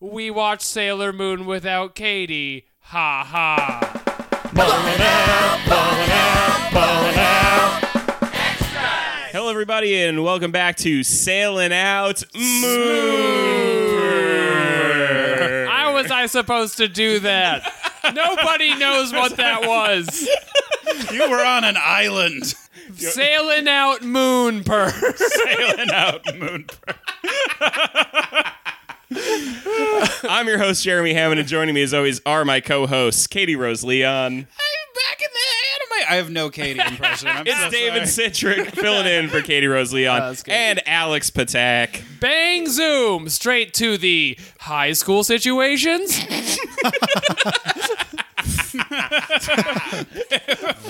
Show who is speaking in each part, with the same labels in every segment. Speaker 1: we watched Sailor Moon without Katie. Ha ha.
Speaker 2: Hello, everybody, and welcome back to Sailing Out Moon.
Speaker 1: How was I supposed to do that? Nobody knows what that was.
Speaker 3: You were on an island.
Speaker 1: Sailing out moon purr.
Speaker 3: Sailing out moon.
Speaker 2: I'm your host, Jeremy Hammond, and joining me, as always, are my co hosts, Katie Rose Leon.
Speaker 3: back in the anime. I have no Katie impression. I'm
Speaker 2: It's
Speaker 3: so
Speaker 2: David
Speaker 3: sorry.
Speaker 2: Citrick filling in for Katie Rose Leon
Speaker 1: that's good.
Speaker 2: and Alex Patak.
Speaker 1: Bang zoom straight to the high school situations.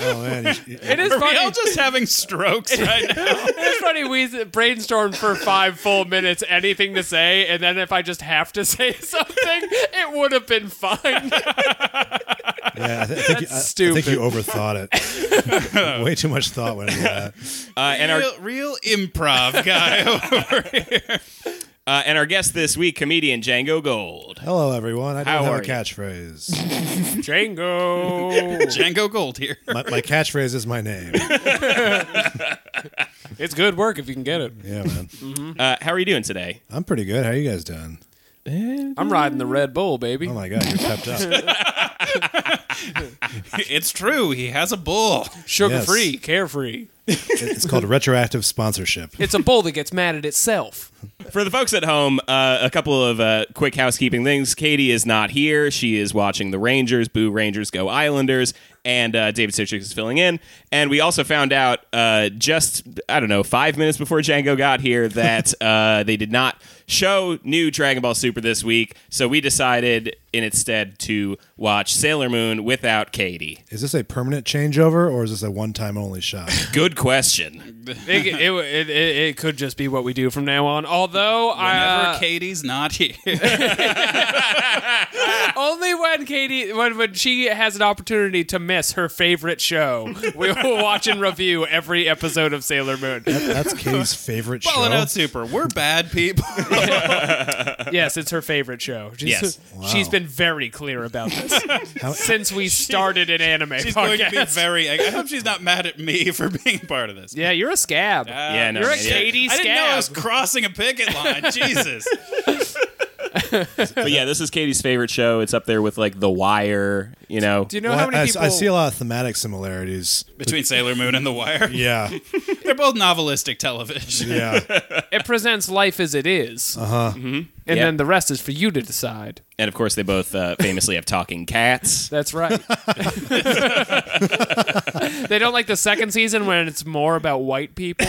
Speaker 4: Oh man, you- you-
Speaker 1: It is
Speaker 3: Are we
Speaker 1: funny.
Speaker 3: all just having strokes right now?
Speaker 1: It's funny we brainstormed for five full minutes anything to say, and then if I just have to say something, it would have been fine.
Speaker 4: yeah, I, th- I think you, I, I
Speaker 1: stupid.
Speaker 4: think you overthought it. Way too much thought went into that.
Speaker 2: Uh, and, our,
Speaker 3: Real, real improv guy.
Speaker 2: uh, and our guest this week, comedian Django Gold.
Speaker 4: Hello, everyone. I don't
Speaker 2: How
Speaker 4: have
Speaker 2: are
Speaker 4: a
Speaker 2: you?
Speaker 4: catchphrase.
Speaker 1: Django.
Speaker 3: Django Gold here.
Speaker 4: my, my catchphrase is my name.
Speaker 1: It's good work if you can get it.
Speaker 4: Yeah, man.
Speaker 2: Uh, how are you doing today?
Speaker 4: I'm pretty good. How you guys doing?
Speaker 1: I'm riding the Red Bull, baby.
Speaker 4: Oh my god, you're pepped up.
Speaker 3: It's true. He has a bull.
Speaker 1: Sugar free,
Speaker 4: Yes.
Speaker 1: carefree.
Speaker 4: It's called retroactive sponsorship.
Speaker 1: It's a bull that gets mad at itself.
Speaker 2: For the folks at home, uh, a couple of uh, quick housekeeping things. Katie is not here. She is watching the Rangers, Boo Rangers, Go Islanders, and uh, David Citrick is filling in. And we also found out uh, just, I don't know, five minutes before Django got here that uh, they did not show new Dragon Ball Super this week. So we decided in its stead to watch Sailor Moon without Katie.
Speaker 4: Is this a permanent changeover or is this a one-time only shot?
Speaker 2: Good question.
Speaker 1: It, it, it, it, it could just be what we do from now on. Although,
Speaker 3: Whenever
Speaker 1: I, uh,
Speaker 3: Katie's not here.
Speaker 1: only when Katie, when, when she has an opportunity to miss her favorite show, we will watch and review every episode of Sailor Moon.
Speaker 4: That's Katie's favorite show.
Speaker 3: Falling out super. We're bad people.
Speaker 1: Yes, it's her favorite show. She's,
Speaker 2: Yes.
Speaker 1: she's been very clear about this
Speaker 4: How-
Speaker 1: since we started an anime
Speaker 3: She's going
Speaker 1: podcast.
Speaker 3: to be very. I hope she's not mad at me for being part of this.
Speaker 1: yeah, you're a scab.
Speaker 2: Yeah, no,
Speaker 1: you're a
Speaker 2: yeah.
Speaker 1: Katie
Speaker 3: I
Speaker 1: scab.
Speaker 3: didn't know I was crossing a picket line. Jesus.
Speaker 2: But yeah, this is Katie's favorite show. It's up there with like The Wire, you know.
Speaker 1: Do you know
Speaker 4: Well,
Speaker 1: how many
Speaker 4: I,
Speaker 1: people?
Speaker 4: I see a lot of thematic similarities.
Speaker 3: Between Sailor Moon and The Wire.
Speaker 4: Yeah,
Speaker 3: They're both novelistic television.
Speaker 4: yeah.
Speaker 1: it presents life as it is. Uh huh. And
Speaker 2: Yep.
Speaker 1: then the rest is for you to decide.
Speaker 2: And of course, they both uh, famously have talking cats.
Speaker 1: That's right. they don't like the second season when it's more about white people.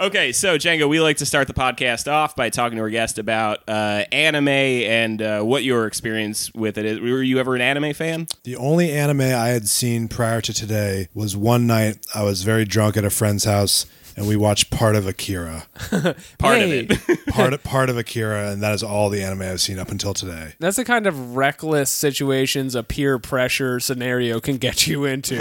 Speaker 2: Okay, so Django, we like to start the podcast off by talking to our guest about uh, anime and uh, what your experience with it is. Were you ever an anime fan?
Speaker 4: The only anime I had seen prior to today was one night I was very drunk at a friend's house and we watched part of Akira.
Speaker 2: Part of
Speaker 1: Hey,
Speaker 2: it.
Speaker 4: part of, part of Akira, and that is all the anime I've seen up until today.
Speaker 1: That's the kind of reckless situations a peer pressure scenario can get you into.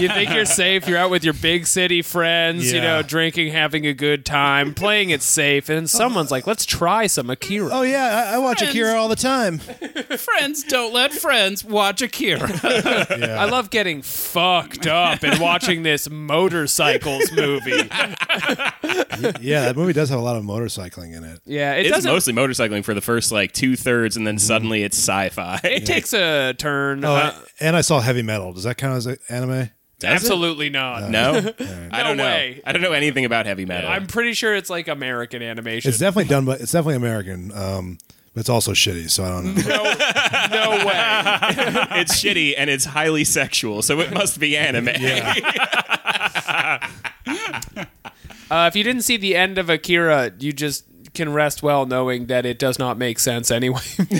Speaker 1: you think you're safe, you're out with your big city friends, you
Speaker 4: Yeah.
Speaker 1: know, drinking, having a good time, playing it safe, and someone's like, let's try some Akira.
Speaker 4: Oh yeah, I, I watch
Speaker 3: Friends.
Speaker 4: Akira all the time.
Speaker 3: friends don't let friends watch Akira.
Speaker 4: Yeah.
Speaker 1: I love getting fucked up and watching this motorcycles movie.
Speaker 4: yeah, that movie does have a lot of motorcycling in it.
Speaker 1: Yeah, it
Speaker 2: It's
Speaker 1: doesn't.
Speaker 2: mostly motorcycling for the first like two thirds, and then suddenly it's sci-fi.
Speaker 1: it takes a turn.
Speaker 4: Oh,
Speaker 1: uh,
Speaker 4: and I saw heavy metal. Does that count as a- anime?
Speaker 2: Does it?
Speaker 1: absolutely not.
Speaker 2: No, I don't know.
Speaker 1: way.
Speaker 2: I don't know anything about heavy metal.
Speaker 1: I'm pretty sure it's like American animation.
Speaker 4: It's definitely done, but it's definitely American. Um, but it's also shitty, so I don't know.
Speaker 1: no, no way.
Speaker 2: it's shitty and it's highly sexual, so it must be anime.
Speaker 1: Uh, if you didn't see the end of Akira, you just can rest well knowing that it does not make sense anyway.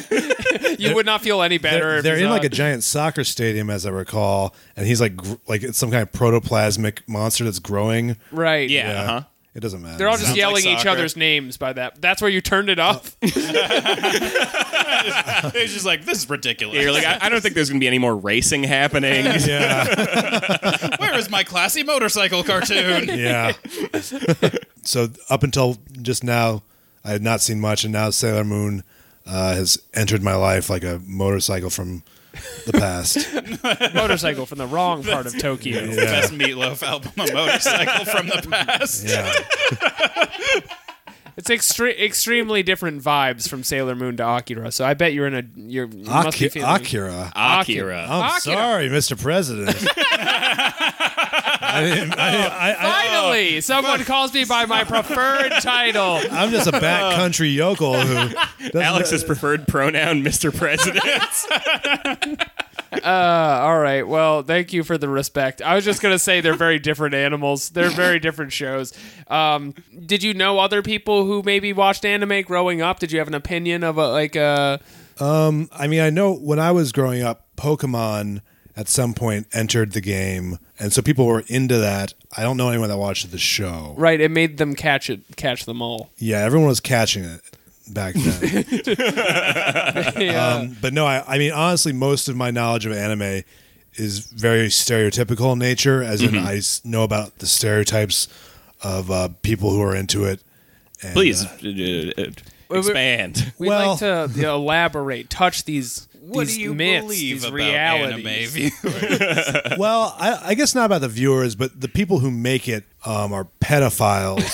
Speaker 1: you would not feel any better.
Speaker 4: They're,
Speaker 1: if
Speaker 4: they're
Speaker 1: you
Speaker 4: in
Speaker 1: saw
Speaker 4: like a
Speaker 1: it.
Speaker 4: giant soccer stadium, as I recall, and he's like gr- like it's some kind of protoplasmic monster that's growing.
Speaker 1: right.
Speaker 2: Yeah, Uh-huh.
Speaker 4: It doesn't matter.
Speaker 1: They're all just
Speaker 3: Sounds like
Speaker 1: yelling each
Speaker 3: soccer.
Speaker 1: other's names by that. That's where you turned it off.
Speaker 3: It's just like this is ridiculous.
Speaker 2: You're like, I, I don't think there's going to be any more racing happening.
Speaker 4: yeah,
Speaker 3: Where is my classy motorcycle cartoon?
Speaker 4: yeah. so up until just now, I had not seen much, and now Sailor Moon uh, has entered my life like a motorcycle from the past.
Speaker 1: Motorcycle from the wrong part of Tokyo.
Speaker 3: It's the best meatloaf album, a motorcycle from the past.
Speaker 4: yeah,
Speaker 1: It's extre- extremely different vibes from Sailor Moon to Akira. So I bet you're in a you're you must be
Speaker 4: Aki-
Speaker 1: feeling
Speaker 4: Akira.
Speaker 2: Akira.
Speaker 4: I'm
Speaker 1: Akira.
Speaker 4: sorry, Mr. President. I didn't, I, didn't- I, I,
Speaker 1: Finally, someone calls me by my preferred title.
Speaker 4: I'm just a backcountry yokel who doesn't-
Speaker 2: Alex's preferred pronoun, Mr. President.
Speaker 1: Uh, All right. Well, thank you for the respect. I was just gonna say they're very different animals. They're very different shows. Um, did you know other people who maybe watched anime growing up? Did you have an opinion of a, like uh, a?
Speaker 4: I mean, I know when I was growing up, Pokemon at some point entered the game, and so people were into that. I don't know anyone that watched the show.
Speaker 1: Right, it made them catch it, catch them all.
Speaker 4: Yeah, everyone was catching it back then.
Speaker 1: Yeah.
Speaker 4: um, but no, I, I mean, honestly, most of my knowledge of anime is very stereotypical in nature, as in I s- know about the stereotypes of uh, people who are into it. And,
Speaker 2: Please
Speaker 4: uh,
Speaker 2: uh, uh, expand.
Speaker 1: We'd
Speaker 4: well-
Speaker 1: like to you know, elaborate, touch these
Speaker 3: What
Speaker 1: these
Speaker 3: do you
Speaker 1: myths,
Speaker 3: believe
Speaker 1: these
Speaker 3: about
Speaker 1: realities.
Speaker 3: anime viewers?
Speaker 4: uh, well, I, I guess not about the viewers, but the people who make it um, are pedophiles.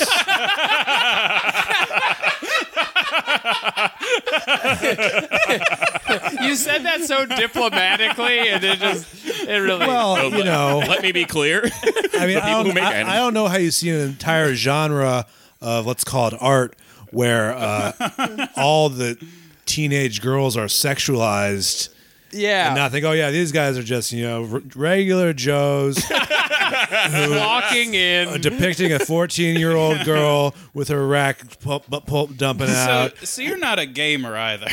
Speaker 1: You said that so diplomatically, and it just it really.
Speaker 4: well, you know.
Speaker 2: Let me be clear.
Speaker 4: I mean,
Speaker 2: people
Speaker 4: I don't,
Speaker 2: who make
Speaker 4: I,
Speaker 2: anime.
Speaker 4: I don't know how you see an entire genre of let's call it art where uh, all the teenage girls are sexualized
Speaker 1: yeah,
Speaker 4: and not think, oh yeah, these guys are just you know r- regular Joes uh,
Speaker 1: walking in.
Speaker 4: depicting a fourteen-year-old girl with her rack pulp, bu- pulp dumping
Speaker 3: So,
Speaker 4: out.
Speaker 3: Uh, so you're not a gamer either.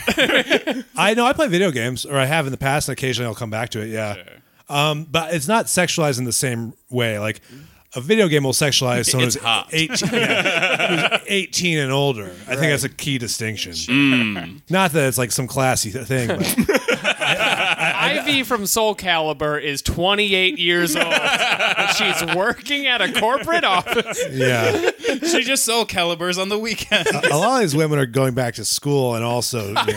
Speaker 4: I know I play video games, or I have in the past, and occasionally I'll come back to it. Yeah, um, but it's not sexualized in the same way. Like a video game will sexualize someone
Speaker 3: It's
Speaker 4: who's
Speaker 3: hot.
Speaker 4: eighteen, yeah, who's eighteen and older. I think that's a key distinction. Not that it's like some classy th- thing. But
Speaker 1: Ivy from Soul Calibur is 28 years old. and she's working at a corporate office.
Speaker 4: yeah,
Speaker 3: she just sold calibers on the weekend.
Speaker 4: a lot of these women are going back to school, and also you know,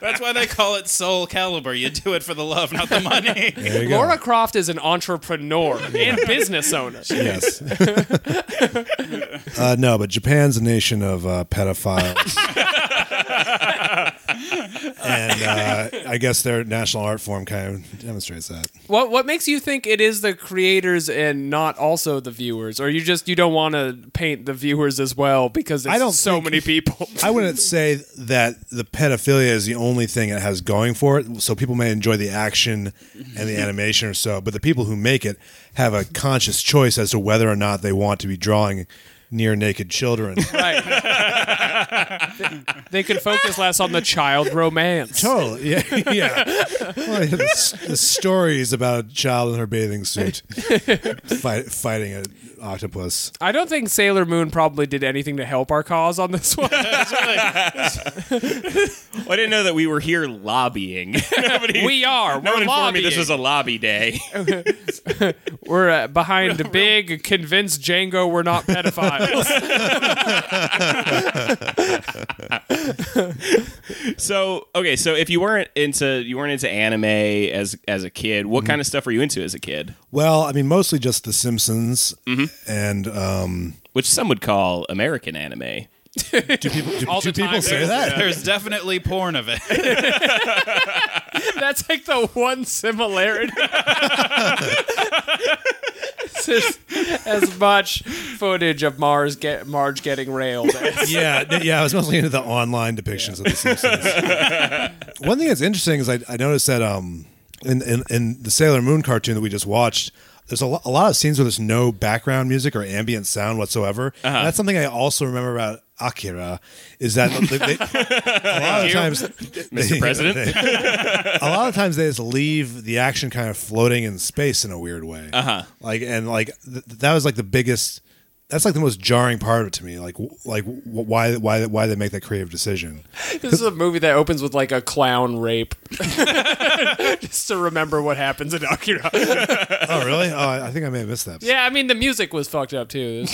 Speaker 3: That's why they call it Soul Caliber. You do it for the love, not the money.
Speaker 4: there you go.
Speaker 1: Laura Croft is an entrepreneur and business owner.
Speaker 4: Yes. uh, no, but Japan's a nation of uh, pedophiles. and uh, I guess their national art form kind of demonstrates that.
Speaker 1: What what makes you think it is the creators and not also the viewers, or you just you don't want to paint the viewers as well because it's
Speaker 4: I don't
Speaker 1: so
Speaker 4: think-
Speaker 1: many people.
Speaker 4: I wouldn't say that the pedophilia is the only thing it has going for it. So people may enjoy the action and the animation or so, but the people who make it have a conscious choice as to whether or not they want to be drawing near naked children.
Speaker 1: Right. they can focus less on the child romance.
Speaker 4: Totally. Oh, Yeah. yeah. Well, the, s- the stories about a child in her bathing suit fight, fighting an octopus.
Speaker 1: I don't think Sailor Moon probably did anything to help our cause on this one.
Speaker 2: Well, I didn't know that we were here lobbying. Nobody,
Speaker 1: we are.
Speaker 2: no
Speaker 1: we're
Speaker 2: one informed
Speaker 1: lobbying.
Speaker 2: me this was a lobby day.
Speaker 1: we're uh, behind the big, convince Django we're not pedophiles.
Speaker 2: so okay, so if you weren't into you weren't into anime as as a kid, what kind of stuff were you into as a kid?
Speaker 4: Well, I mean, mostly just The Simpsons.
Speaker 1: Mm-hmm.
Speaker 4: And um,
Speaker 2: Which some would call American anime.
Speaker 4: do people, do,
Speaker 1: All
Speaker 4: do
Speaker 1: the time.
Speaker 4: people say that?
Speaker 3: There's definitely porn of it.
Speaker 1: That's like the one similarity. It's just as much footage of Mars get Marge getting railed. as-
Speaker 4: yeah, th- yeah. I was mostly into the online depictions of The Simpsons. One thing that's interesting is I, I noticed that um, in, in in the Sailor Moon cartoon that we just watched, there's a, lo- a lot of scenes where there's no background music or ambient sound whatsoever. And that's something I also remember about Akira is that they, they, a lot of times, Mr.
Speaker 2: President.
Speaker 4: a lot of times they just leave the action kind of floating in space in a weird way. Uh huh. Like and like th- that was like the biggest that's like the most jarring part of it to me. Like w- like w- why why why they make that creative decision?
Speaker 1: This is a movie that opens with like a clown rape, just to remember what happens in Akira.
Speaker 4: Oh really? Oh, I I think I may have missed that.
Speaker 1: Yeah, I mean the music was fucked up too.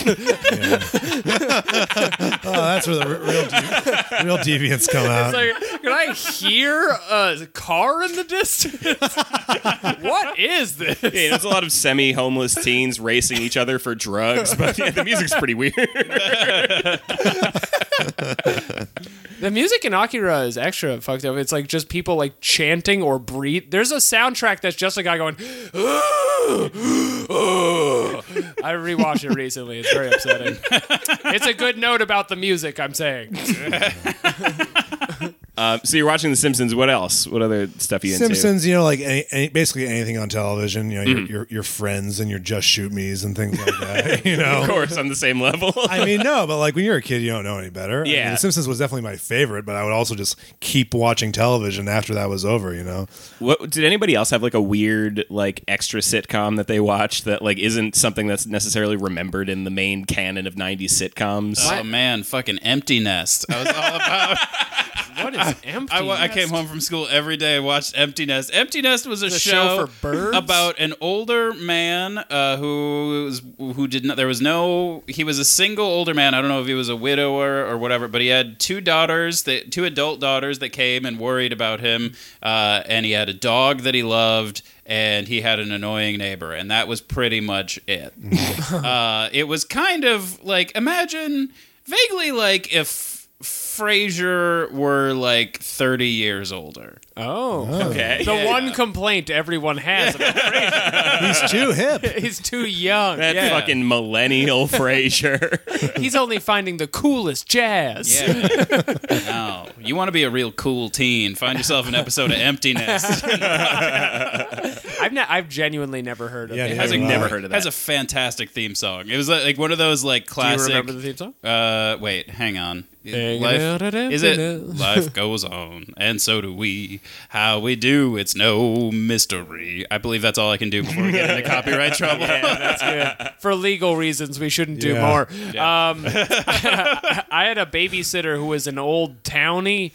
Speaker 4: Oh, that's where the re- real de- real deviants come out.
Speaker 1: It's like, can I hear a car in the distance? what is this?
Speaker 2: Yeah, there's a lot of semi-homeless teens racing each other for drugs, but yeah, the music's pretty weird.
Speaker 1: The music in Akira is extra fucked up. It's like just people like chanting or breathe. There's a soundtrack that's just a guy going. "Ah, I rewatched it recently. It's very upsetting. it's a good note about the music. I'm saying.
Speaker 2: Um, so you're watching The Simpsons. What else? What other stuff you into?
Speaker 4: Simpsons, you know, like any, any, basically anything on television. You know, your, your your friends and your Just Shoot Me's and things like that. You know,
Speaker 2: Of course, on the same level.
Speaker 4: I mean, no, but like when you're a kid, you don't know any better. I mean,
Speaker 2: Yeah.
Speaker 4: the Simpsons was definitely my favorite, but I would also just keep watching television after that was over. You know,
Speaker 2: What, did anybody else have like a weird like extra sitcom that they watched that like isn't something that's necessarily remembered in the main canon of '90s sitcoms?
Speaker 3: Oh man, fucking empty nest. I was all about.
Speaker 1: What is empty?
Speaker 3: I, wa- I came home from school every day. Watched Empty Nest. Empty Nest was a
Speaker 1: show for birds?
Speaker 3: about an older man uh, who was, who did not. There was no. He was a single older man. I don't know if he was a widower or whatever, but he had two daughters, that two adult daughters that came and worried about him, uh, and he had a dog that he loved. And he had an annoying neighbor, and that was pretty much it. uh, it was kind of like imagine vaguely like if Frasier were like 30 years older.
Speaker 1: Oh.
Speaker 2: okay,
Speaker 1: The one complaint everyone has about Frasier,
Speaker 4: he's too hip.
Speaker 1: he's too young.
Speaker 2: that
Speaker 1: Yeah.
Speaker 2: fucking millennial Frasier.
Speaker 1: He's only finding the coolest jazz.
Speaker 3: Yeah. no. You want to be a real cool teen, find yourself an episode of Emptiness. It
Speaker 1: I've ne- I've genuinely never heard of
Speaker 4: Yeah,
Speaker 1: it.
Speaker 4: yeah.
Speaker 2: I've
Speaker 4: Wow.
Speaker 2: never heard of that.
Speaker 3: has a fantastic theme song. It was uh, like, like one of those like
Speaker 1: Do
Speaker 3: classic
Speaker 1: you remember the theme song?
Speaker 3: Uh, wait, hang on.
Speaker 1: Hanging out at
Speaker 3: is it
Speaker 1: emptiness.
Speaker 3: life goes on, and so do we. How we do, it's no mystery. I believe that's all I can do before we get into copyright trouble.
Speaker 1: for legal reasons, we shouldn't do
Speaker 4: Yeah.
Speaker 1: more. Um, I had a babysitter who was an old townie,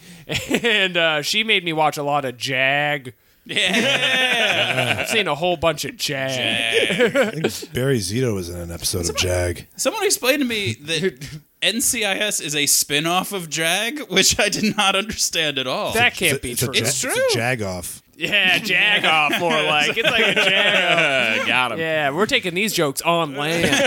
Speaker 1: and uh, she made me watch a lot of Jag. Yeah, I've seen a whole bunch of Jag.
Speaker 4: I think Barry Zito was in an episode of Jag.
Speaker 3: Someone explained to me that NCIS is a spin off of JAG, which I did not understand at all.
Speaker 1: That can't be
Speaker 4: It's a,
Speaker 1: true.
Speaker 4: ja-
Speaker 3: It's
Speaker 4: a
Speaker 3: true.
Speaker 4: jag off.
Speaker 1: yeah, Jag off more like it's like a Jag. off.
Speaker 2: Uh, got him.
Speaker 1: Yeah, we're taking these jokes on land.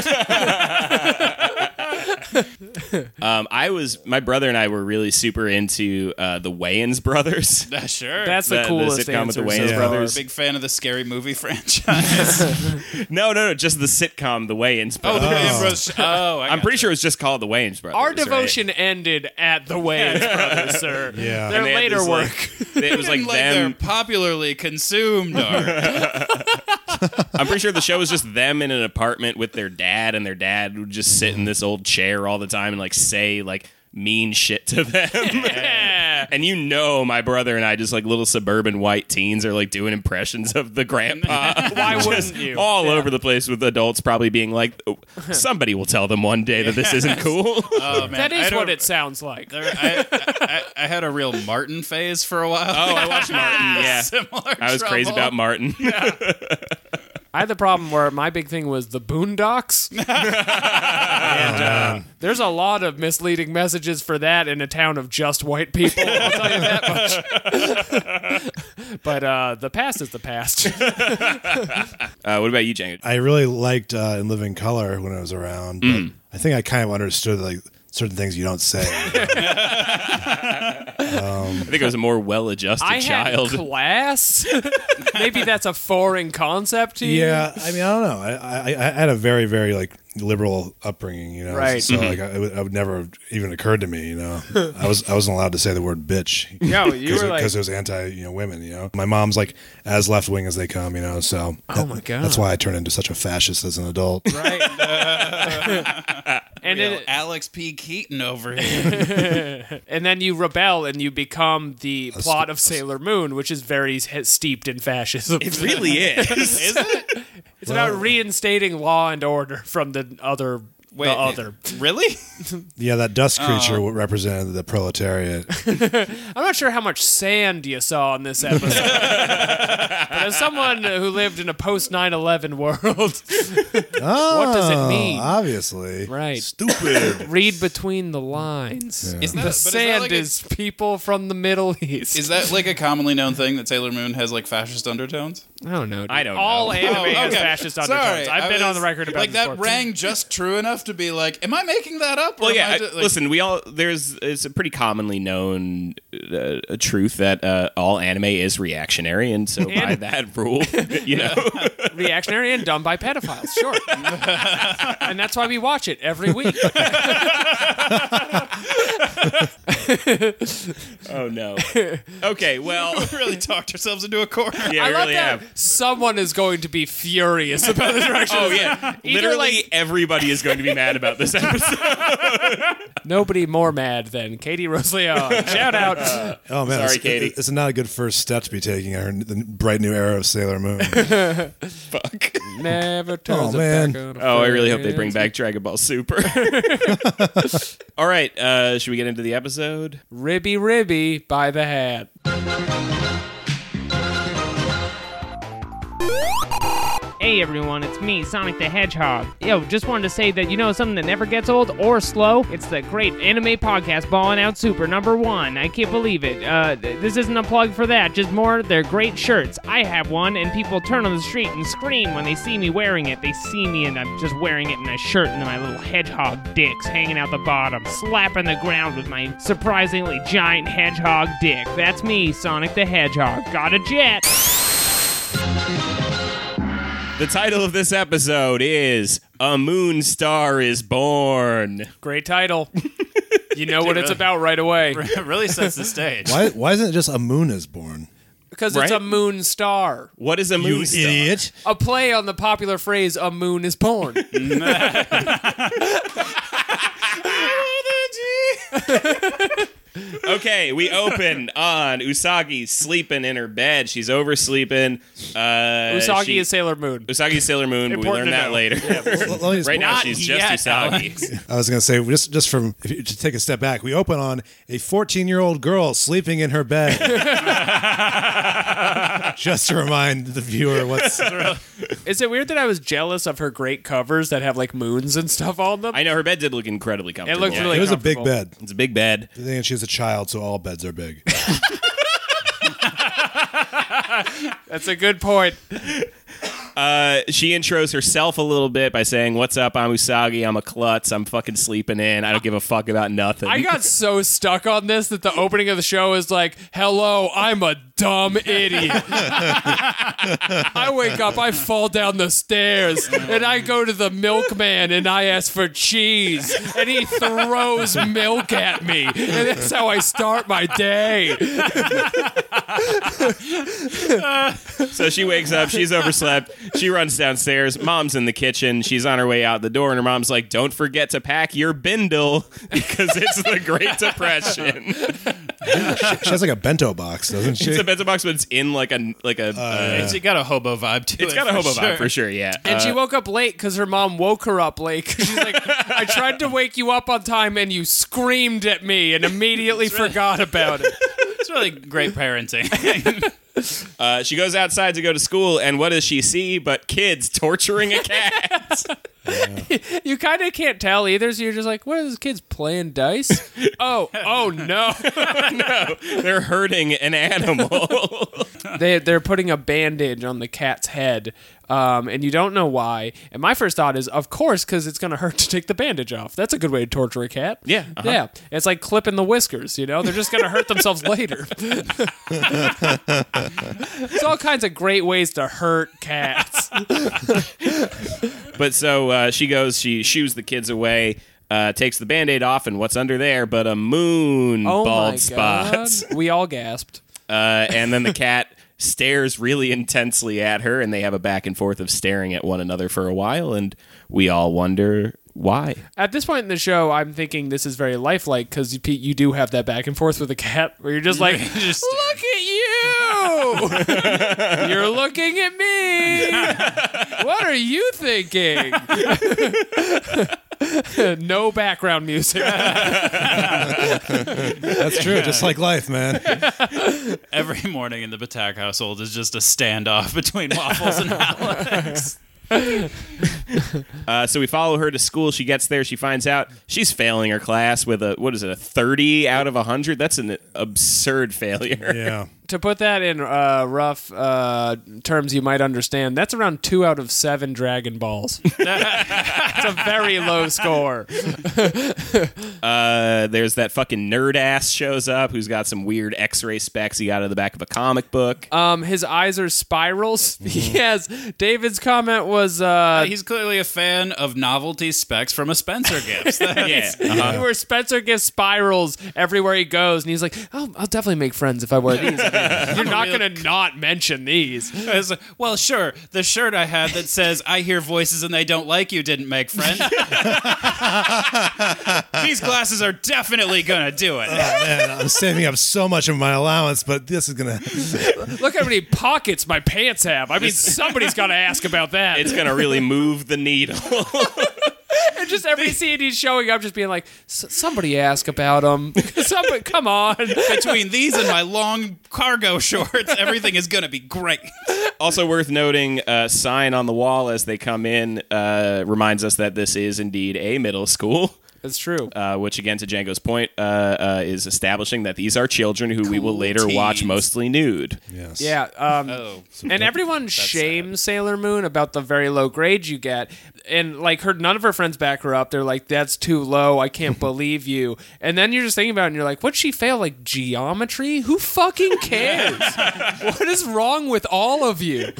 Speaker 2: Um, I was my brother and I were really super into uh, the Wayans brothers.
Speaker 3: Yeah, sure.
Speaker 1: That's the,
Speaker 2: The- the
Speaker 1: coolest
Speaker 2: sitcom with the
Speaker 1: answer
Speaker 2: Wayans
Speaker 1: so far.
Speaker 2: brothers.
Speaker 3: Big fan of the scary movie franchise.
Speaker 2: No, no, no, just the sitcom The Wayans brothers.
Speaker 3: oh, bros- oh, I
Speaker 2: I'm
Speaker 3: got
Speaker 2: pretty sure it was just called The Wayans brothers.
Speaker 1: Our
Speaker 2: right?
Speaker 1: devotion ended at the Wayans brothers, sir.
Speaker 4: Yeah.
Speaker 1: Their
Speaker 4: And
Speaker 2: they had
Speaker 1: later
Speaker 2: this,
Speaker 1: work.
Speaker 2: like- It was like
Speaker 3: like they're
Speaker 2: them.
Speaker 3: popularly consumed art.
Speaker 2: I'm pretty sure the show was just them in an apartment with their dad, and their dad would just sit in this old chair all the time and like say like mean shit to them. and you know, my brother and I, just like little suburban white teens, are like doing impressions of the grandpa.
Speaker 1: Why
Speaker 2: Just
Speaker 1: wouldn't you?
Speaker 2: All over the place with adults probably being like, "Oh, somebody will tell them one day that this isn't cool.
Speaker 3: Oh, man.
Speaker 1: That
Speaker 3: I
Speaker 1: is
Speaker 3: don't-
Speaker 1: what it sounds like.
Speaker 3: There- I, I, I had a real Martin phase for a while.
Speaker 2: oh, I watched Martin. Yeah.
Speaker 3: Similar
Speaker 2: I was crazy
Speaker 3: trouble.
Speaker 2: about Martin.
Speaker 1: I had the problem where my big thing was the boondocks. and uh, there's a lot of misleading messages for that in a town of just white people. I'll tell you that much. but uh, the past is the past.
Speaker 2: Uh, what about you, Django?
Speaker 4: I really liked uh, In Living Color when I was around. But I think I kind of understood like certain things you don't say.
Speaker 2: I think I was a more well-adjusted
Speaker 1: I
Speaker 2: child.
Speaker 1: had class. Maybe that's a foreign concept to you.
Speaker 4: yeah, I mean, I don't know. I, I, I had a very very like liberal upbringing, you know.
Speaker 1: Right. Mm-hmm.
Speaker 4: So like, I, it would, I would never have even occurred to me, you know. I was I wasn't allowed to say the word bitch.
Speaker 1: Yo, you
Speaker 4: because
Speaker 1: were like,
Speaker 4: it was anti you know women you know my mom's like as left wing as they come you know so
Speaker 1: oh my god.
Speaker 4: that's why I turned into such a fascist as an adult
Speaker 1: Right. and
Speaker 3: Real
Speaker 1: it,
Speaker 3: Alex P. Keaton over here.
Speaker 1: and then you rebel and you become the plot of Sailor Moon, which is very he- steeped in fascism.
Speaker 2: It really is.
Speaker 1: It's about reinstating law and order from the other
Speaker 3: Wait,
Speaker 1: the other.
Speaker 3: Really?
Speaker 4: Yeah, that dust
Speaker 1: Oh.
Speaker 4: creature represented the proletariat.
Speaker 1: I'm not sure how much sand you saw in this episode. but as someone who lived in a post 9 11 world,
Speaker 4: what
Speaker 1: does it mean?
Speaker 4: Oh, Obviously,
Speaker 1: Right.
Speaker 4: Stupid.
Speaker 1: read between the lines.
Speaker 3: Isn't that-
Speaker 1: The
Speaker 3: but is that
Speaker 1: sand
Speaker 3: like a-
Speaker 1: is people from the Middle East.
Speaker 3: Is that like a commonly known thing that Sailor Moon has like fascist undertones?
Speaker 1: I don't know. dude.
Speaker 2: I don't
Speaker 1: All
Speaker 2: know.
Speaker 1: anime has
Speaker 3: Oh, okay.
Speaker 1: fascist
Speaker 3: Sorry,
Speaker 1: undertones. I've
Speaker 3: I
Speaker 1: been on
Speaker 3: was-
Speaker 1: the record about
Speaker 3: like
Speaker 1: this
Speaker 3: that
Speaker 1: before.
Speaker 3: rang just true enough to be like, am I making that up? or
Speaker 2: Well,
Speaker 3: am
Speaker 2: yeah.
Speaker 3: I
Speaker 2: I-
Speaker 3: ju- like-
Speaker 2: listen, we all there's it's a pretty commonly known uh, a truth that uh, all anime is reactionary, and so by
Speaker 1: And-
Speaker 2: that rule, you know,
Speaker 1: reactionary and done by pedophiles. Sure, and that's why we watch it every week.
Speaker 2: oh no. Okay, well,
Speaker 3: We really talked ourselves into a corner.
Speaker 2: yeah,
Speaker 1: I
Speaker 2: we
Speaker 1: love
Speaker 2: really
Speaker 1: that
Speaker 2: have.
Speaker 1: someone is going to be furious about the direction.
Speaker 2: Oh yeah,
Speaker 1: Either,
Speaker 2: literally
Speaker 1: like-
Speaker 2: everybody is going to be mad about this episode.
Speaker 1: Nobody more mad than Katie Rosleon. Shout out.
Speaker 4: Oh man,
Speaker 2: Sorry,
Speaker 4: it's,
Speaker 2: Katie.
Speaker 4: It's not a good first step to be taking our the bright new era of Sailor Moon.
Speaker 2: Fuck.
Speaker 1: Never turns
Speaker 4: Oh,
Speaker 1: it
Speaker 4: man.
Speaker 1: back on a
Speaker 2: Oh, I really hope they
Speaker 1: friend.
Speaker 2: bring back Dragon Ball Super. All right, uh, should we get into the episode?
Speaker 1: Ribby Ribby by the hat.
Speaker 5: Hey everyone, it's me, Sonic the Hedgehog. Yo, just wanted to say that you know something that never gets old or slow? It's the great anime podcast Ballin' Out Super number one. I can't believe it. Uh, th- this isn't a plug for that, just more they're great shirts. I have one, and people turn on the street and scream when they see me wearing it. They see me and I'm just wearing it in a shirt and my little hedgehog dicks hanging out the bottom, slapping the ground with my surprisingly giant hedgehog dick. That's me, Sonic the Hedgehog. Got a jet.
Speaker 2: The title of this episode is "A Moon Star Is Born."
Speaker 1: Great title. You know what it's about right away
Speaker 3: It really sets the stage.
Speaker 4: why? Why isn't it just a moon is born?
Speaker 1: because
Speaker 2: Right?
Speaker 1: it's a moon star.
Speaker 2: What is a moon
Speaker 4: You
Speaker 2: star?
Speaker 4: idiot!
Speaker 1: A play on the popular phrase "a moon is born."
Speaker 2: okay, we open on Usagi sleeping in her bed. She's oversleeping. Uh,
Speaker 1: Usagi
Speaker 2: she-
Speaker 1: is Sailor Moon.
Speaker 2: Usagi's Sailor Moon. but we
Speaker 1: Important
Speaker 2: learn
Speaker 1: to
Speaker 2: that
Speaker 1: know.
Speaker 2: later.
Speaker 4: Well, let me just-
Speaker 2: right now,
Speaker 3: Not
Speaker 2: she's
Speaker 3: yet,
Speaker 2: just Usagi.
Speaker 4: I was gonna say just just from if you, to take a step back, we open on a 14 year old girl sleeping in her bed. just to remind the viewer what's
Speaker 1: Is it weird that I was jealous of her great covers that have like moons and stuff on them?
Speaker 2: I know her bed did look incredibly comfortable.
Speaker 1: looked really-
Speaker 4: it was a big
Speaker 1: comfortable.
Speaker 4: bed.
Speaker 2: It's a big bed.
Speaker 4: The thing is, she's a child, so all beds are big.
Speaker 1: That's a good point.
Speaker 2: Uh, she intros herself a little bit by saying, "What's up? I'm Usagi. I'm a klutz. I'm fucking sleeping in. I don't give a fuck about nothing."
Speaker 1: I got so stuck on this that the opening of the show is like, "Hello, I'm a dumb idiot." I wake up, I fall down the stairs, and I go to the milkman and I ask for cheese, and he throws milk at me, and that's how I start my day.
Speaker 2: So she wakes up, she's overslept, she runs downstairs, mom's in the kitchen, she's on her way out the door, and her mom's like, Don't forget to pack your bindle because it's the Great Depression.
Speaker 4: she has like a bento box, doesn't she?
Speaker 2: it's a bento box, but it's in like a like a uh,
Speaker 3: It's got a hobo vibe to it.
Speaker 2: it's got a
Speaker 3: for
Speaker 2: hobo
Speaker 3: sure.
Speaker 2: vibe for sure, yeah.
Speaker 1: And she
Speaker 2: Uh,
Speaker 1: woke up late because her mom woke her up late. 'Cause She's like, I tried to wake you up on time and you screamed at me and immediately forgot about it.
Speaker 3: It's really great parenting.
Speaker 2: uh, she goes outside to go to school, and what does she see but kids torturing a cat?
Speaker 1: You kind of can't tell either, so you're just like, what are those kids playing dice? oh, oh no.
Speaker 2: They're hurting an animal.
Speaker 1: they, they're putting a bandage on the cat's head, um, and you don't know why. And my first thought is, of course, because it's going to hurt to take the bandage off. That's a good way to torture a cat.
Speaker 2: Yeah, uh-huh.
Speaker 1: Yeah. It's like clipping the whiskers, you know? They're just going to hurt themselves later. There's all kinds of great ways to hurt cats.
Speaker 2: But so uh, she goes, she shoos the kids away, uh, takes the band aid off, and what's under there but a moon
Speaker 1: Oh
Speaker 2: bald
Speaker 1: my
Speaker 2: spot.
Speaker 1: God. We all gasped.
Speaker 2: Uh, and then the cat stares really intensely at her, and they have a back and forth of staring at one another for a while, and we all wonder why.
Speaker 1: At this point in the show, I'm thinking this is very lifelike because Pete, you do have that back and forth with the cat where you're just like,
Speaker 3: Just-
Speaker 1: look at you, you're looking at me. What are you thinking? no background music.
Speaker 4: That's true. Just like life, man.
Speaker 3: Every morning in the Batak household is just a standoff between Waffles and Alex.
Speaker 2: Uh, so we follow her to school. She gets there. She finds out she's failing her class with a what is it a thirty out of hundred? That's an absurd failure.
Speaker 4: Yeah.
Speaker 1: to put that in uh, rough uh, terms you might understand, that's around two out of seven Dragon Balls. it's a very low score.
Speaker 2: Uh, there's that fucking nerd ass shows up who's got some weird X-ray specs he got out of the back of a comic book.
Speaker 1: Um, his eyes are spirals. yes, David's comment was, uh,
Speaker 3: He's clearly a fan of novelty specs from a Spencer Gifts.
Speaker 2: yeah,
Speaker 1: he
Speaker 2: Uh-huh.
Speaker 1: wears Spencer gives spirals everywhere he goes, and he's like, "Oh, I'll definitely make friends if I wear these." again." You're not
Speaker 3: real
Speaker 1: gonna not mention these.
Speaker 3: It's like, well, sure. The shirt I had that says "I hear voices and they don't like you" didn't make friends. These glasses are definitely gonna do it.
Speaker 4: Oh, Man, I'm saving up so much of my allowance, but this is gonna.
Speaker 1: Look how many pockets my pants have. I mean, somebody's gotta ask about that.
Speaker 2: it's gonna really move the needle.
Speaker 1: And just every scene he's showing up, just being like, "S- somebody ask about him. somebody, come on.
Speaker 3: Between these and my long cargo shorts, everything is gonna be great.
Speaker 2: also worth noting, uh, sign on the wall as they come in uh, reminds us that this is indeed a middle school.
Speaker 1: That's true.
Speaker 2: uh, which again to Django's point uh, uh, is establishing that these are children who we will later
Speaker 3: teens.
Speaker 2: watch mostly nude.
Speaker 4: Yes.
Speaker 1: yeah. Um,
Speaker 3: Oh,
Speaker 1: and everyone shames Sailor Moon about the very low grades you get. And like her none of her friends back her up. They're like, That's too low, I can't believe you. And then you're just thinking about it and you're like, What'd she fail? Like geometry? Who fucking cares? what is wrong with all of you?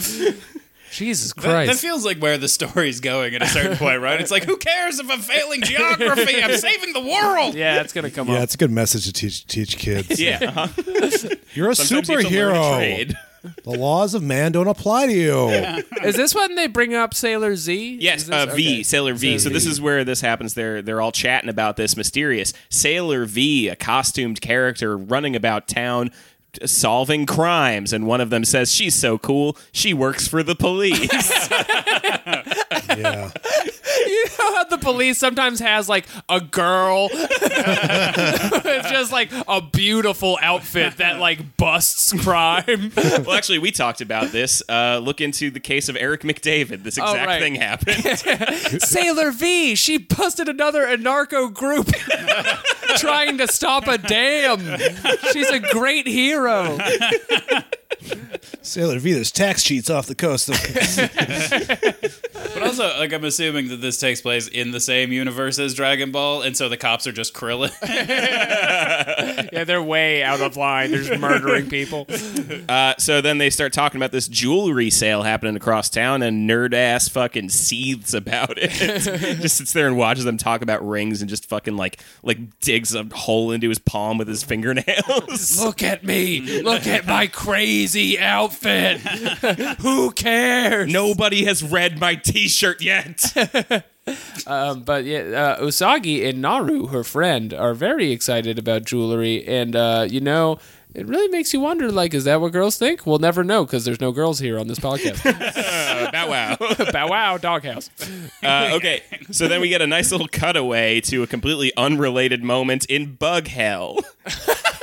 Speaker 1: Jesus
Speaker 3: that, that
Speaker 1: Christ.
Speaker 3: feels like where the story's going at a certain point, right? It's like, who cares if I'm failing geography? I'm saving the world.
Speaker 1: yeah, it's gonna come
Speaker 4: Yeah,
Speaker 1: up.
Speaker 4: it's a good message to teach teach kids.
Speaker 2: Yeah, uh-huh.
Speaker 4: You're a
Speaker 2: Sometimes you have to learn a
Speaker 4: superhero.
Speaker 2: trade.
Speaker 4: The laws of man don't apply to you.
Speaker 1: Is this when they bring up Sailor Z? Is
Speaker 2: Yes,
Speaker 1: this-
Speaker 2: uh, V
Speaker 1: okay.
Speaker 2: Sailor V. so this is where this happens. They're they're all chatting about this mysterious Sailor V, a costumed character running about town. t- Solving crimes, and one of them says she's so cool. She works for the police.
Speaker 4: Yeah.
Speaker 1: You know how the police sometimes has like a girl, it's just like a beautiful outfit that like busts crime.
Speaker 2: well, actually, we talked about this. Uh, look into the case of Eric McDavid. This exact
Speaker 1: right.
Speaker 2: thing happened.
Speaker 1: Sailor V, she busted another anarcho group trying to stop a dam. She's a great hero.
Speaker 4: Sailor V, there's tax cheats off the coast. Of-
Speaker 3: But also, like, I'm assuming that this takes place in the same universe as Dragon Ball, and so the cops are just Krillin.
Speaker 1: Yeah, they're way out of line. They're just murdering people.
Speaker 2: Uh, so then they start talking about this jewelry sale happening across town, and nerd ass fucking seethes about it. just sits there and watches them talk about rings, and just fucking like like digs a hole into his palm with his fingernails.
Speaker 1: Look at me. Look at my crazy outfit. Who cares?
Speaker 2: Nobody has read my T-shirt yet.
Speaker 1: But yeah, uh, Usagi and Naru, her friend, are very excited about jewelry, and uh, you know, it really makes you wonder. Like, is that what girls think? We'll never know because there's no girls here on this podcast.
Speaker 2: Uh, Bow wow.
Speaker 1: Bow wow, doghouse.
Speaker 2: Uh, okay, so then we get a nice little cutaway to a completely unrelated moment in bug hell.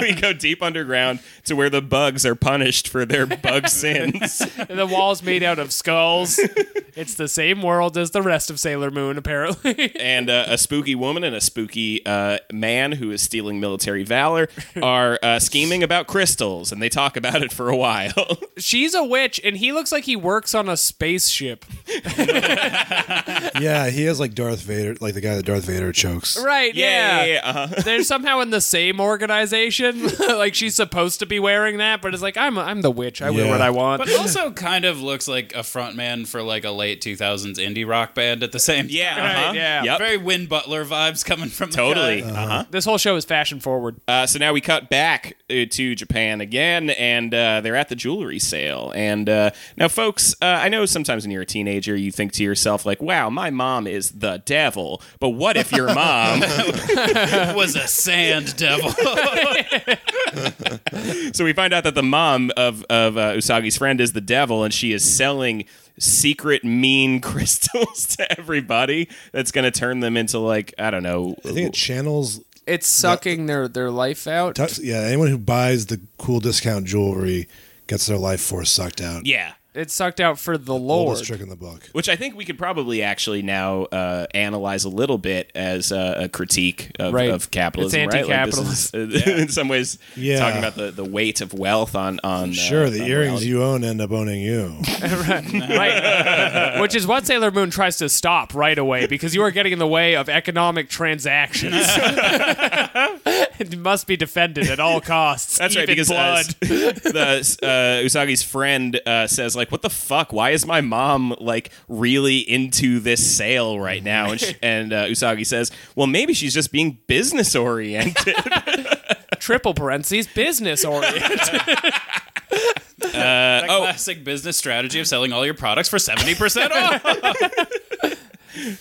Speaker 2: we go deep underground to where the bugs are punished for their bug sins.
Speaker 1: And the wall's made out of skulls. It's the same world as the rest of Sailor Moon, apparently.
Speaker 2: and uh, a spooky woman and a spooky uh, man who is stealing military valor are uh, scheming about crystals, and they talk about it for a while.
Speaker 1: She's a witch, and he looks like he works on a spaceship.
Speaker 4: yeah, he is like Darth Vader, like the guy that Darth Vader chokes.
Speaker 1: Right?
Speaker 2: yeah,
Speaker 1: Yeah.
Speaker 2: yeah, yeah, uh-huh.
Speaker 1: They're somehow in the same organization. like she's supposed to be wearing that, but it's like I'm I'm the witch. I wear
Speaker 4: Yeah.
Speaker 1: what I want.
Speaker 3: But also kind of looks like a frontman for like a late 2000s indie rock band at the same
Speaker 2: yeah,
Speaker 3: time.
Speaker 2: uh-huh.
Speaker 1: Right, yeah.
Speaker 2: Yep.
Speaker 3: Very Win Butler vibes coming from the
Speaker 2: Totally.
Speaker 3: guy.
Speaker 2: Uh-huh.
Speaker 1: this whole show is fashion forward.
Speaker 2: Uh, so now we cut back uh, to Japan again, and uh, they're at the jewelry sale. And uh, now, folks, uh, I know sometimes when you're a teenager, you think to yourself, like, wow, my mom is the devil. But what if your mom
Speaker 3: was a sand devil.
Speaker 2: So we find out that the mom of of uh, Usagi's friend is the devil, and she is selling secret mean crystals to everybody that's going to turn them into like I don't know.
Speaker 4: I think it channels.
Speaker 1: It's sucking their their life out.
Speaker 4: tux- yeah, anyone who buys the cool discount jewelry gets their life force sucked out.
Speaker 2: yeah.
Speaker 1: It's sucked out for the Lord.
Speaker 4: Oldest trick in the book.
Speaker 2: Which I think we could probably actually now uh, analyze a little bit as uh, a critique of,
Speaker 1: Right.
Speaker 2: of capitalism.
Speaker 1: It's
Speaker 2: right? Like, this is, uh, in some ways,
Speaker 4: Yeah.
Speaker 2: talking about the, the weight of wealth on on.
Speaker 4: Sure, the earrings
Speaker 2: You-
Speaker 4: you own end up owning you.
Speaker 1: Right. Which is what Sailor Moon tries to stop right away because you are getting in the way of economic transactions. it must be defended at all costs.
Speaker 2: that's right,
Speaker 1: even
Speaker 2: because
Speaker 1: blood.
Speaker 2: as the uh, Usagi's friend uh, says, like, "What the fuck? Why is my mom like really into this sale right now?" And, she, and uh, Usagi says, "Well, maybe she's just being business oriented."
Speaker 1: triple parentheses business
Speaker 2: Uh,
Speaker 1: oriented.
Speaker 3: That classic business strategy of selling all your products for seventy percent off.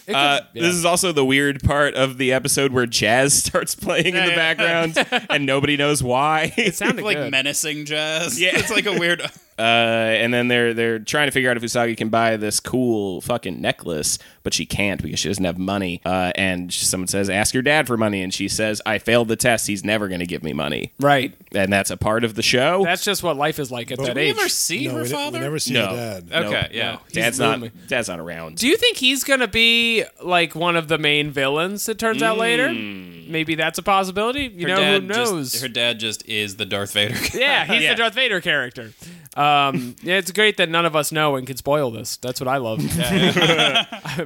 Speaker 2: Uh, This is also the weird part of the episode where jazz starts playing in
Speaker 1: yeah.
Speaker 2: the background and nobody knows why.
Speaker 1: It sounded
Speaker 3: like
Speaker 1: good.
Speaker 3: menacing jazz.
Speaker 2: Yeah.
Speaker 3: it's like a weird.
Speaker 2: Uh, and then they're they're trying to figure out if Usagi can buy this cool fucking necklace, but she can't because she doesn't have money. Uh, and she- someone says, "Ask your dad for money," and she says, "I failed the test. He's never going to give me money."
Speaker 1: right.
Speaker 2: And that's a part of the show.
Speaker 1: That's just what life is like at that
Speaker 3: Did we
Speaker 1: age.
Speaker 3: ever see
Speaker 4: no,
Speaker 3: her
Speaker 4: we, ne-
Speaker 3: father?
Speaker 4: we never see
Speaker 2: no.
Speaker 4: your dad.
Speaker 2: Nope.
Speaker 3: Okay, yeah.
Speaker 2: No.
Speaker 3: He's
Speaker 2: dad's not.
Speaker 1: lonely.
Speaker 2: Dad's not around.
Speaker 1: Do you think he's gonna be like one of the main villains? It turns out later.
Speaker 2: Hmm.
Speaker 1: Maybe that's a possibility. You know who
Speaker 3: just-
Speaker 1: knows.
Speaker 3: her dad just is the Darth Vader. guy.
Speaker 1: yeah, he's
Speaker 2: Yeah.
Speaker 1: the Darth Vader character. Um, yeah, it's great that none of us know and can spoil this. That's what I love. I'm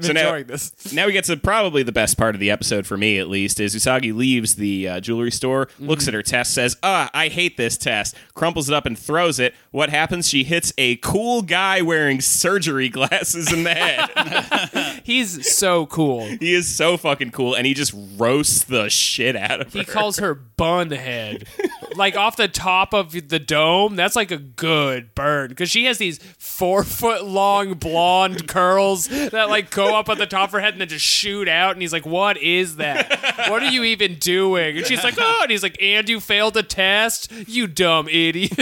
Speaker 2: now-
Speaker 1: enjoying this.
Speaker 2: now we get to probably the best part of the episode for me at least is usagi leaves the uh, jewelry store looks at her test says ah i hate this test crumples it up and throws it what happens she hits a cool guy wearing surgery glasses in the head
Speaker 1: He's so cool.
Speaker 2: he is so fucking cool and he just roasts the shit out of her
Speaker 1: He calls her bun head. like off the top of the dome, that's like a good burn because she has these four foot long blonde curls that like go up on the top of her head and then just shoot out. And he's like, What is that? What are you even doing? And she's like, Oh, and he's like, And you failed a test? You dumb idiot.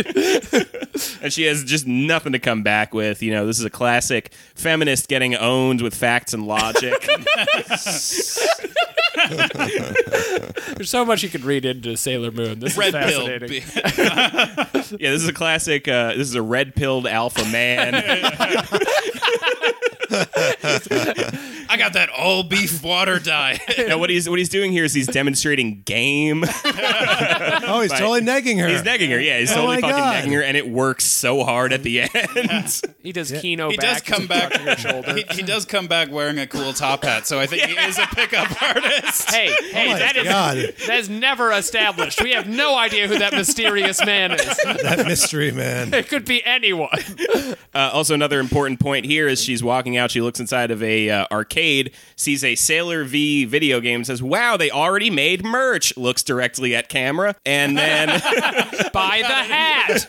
Speaker 2: and she has just nothing to come back with you know this is a classic feminist getting owned with facts and logic
Speaker 1: There's so much you could read into Sailor Moon. This
Speaker 3: Red
Speaker 1: is
Speaker 3: pill.
Speaker 1: fascinating.
Speaker 3: B-
Speaker 2: yeah this is a classic uh, this is a red-pilled alpha man
Speaker 3: I got that all beef water diet.
Speaker 2: now what he's what he's doing here is he's demonstrating game
Speaker 4: Oh, he's totally negging her.
Speaker 2: He's negging her. Yeah, he's totally
Speaker 4: Oh my
Speaker 2: fucking
Speaker 4: God.
Speaker 2: negging her, and it works so hard at the end.
Speaker 1: He does Kino
Speaker 3: He
Speaker 1: back.
Speaker 3: does come back. He, he does come back wearing a cool top hat, so I think he is a pickup artist.
Speaker 1: Hey, hey,
Speaker 4: Oh my
Speaker 1: that is
Speaker 4: God,
Speaker 1: that is never established. We have no idea who that mysterious man is.
Speaker 4: that mystery man.
Speaker 1: It could be anyone.
Speaker 3: Oh
Speaker 2: uh, also, another important point here is she's walking out. She looks inside of a uh, arcade, sees a Sailor V video game, and says, "Wow, they already made merch." Looks directly at camera, and then
Speaker 1: Buy the hat.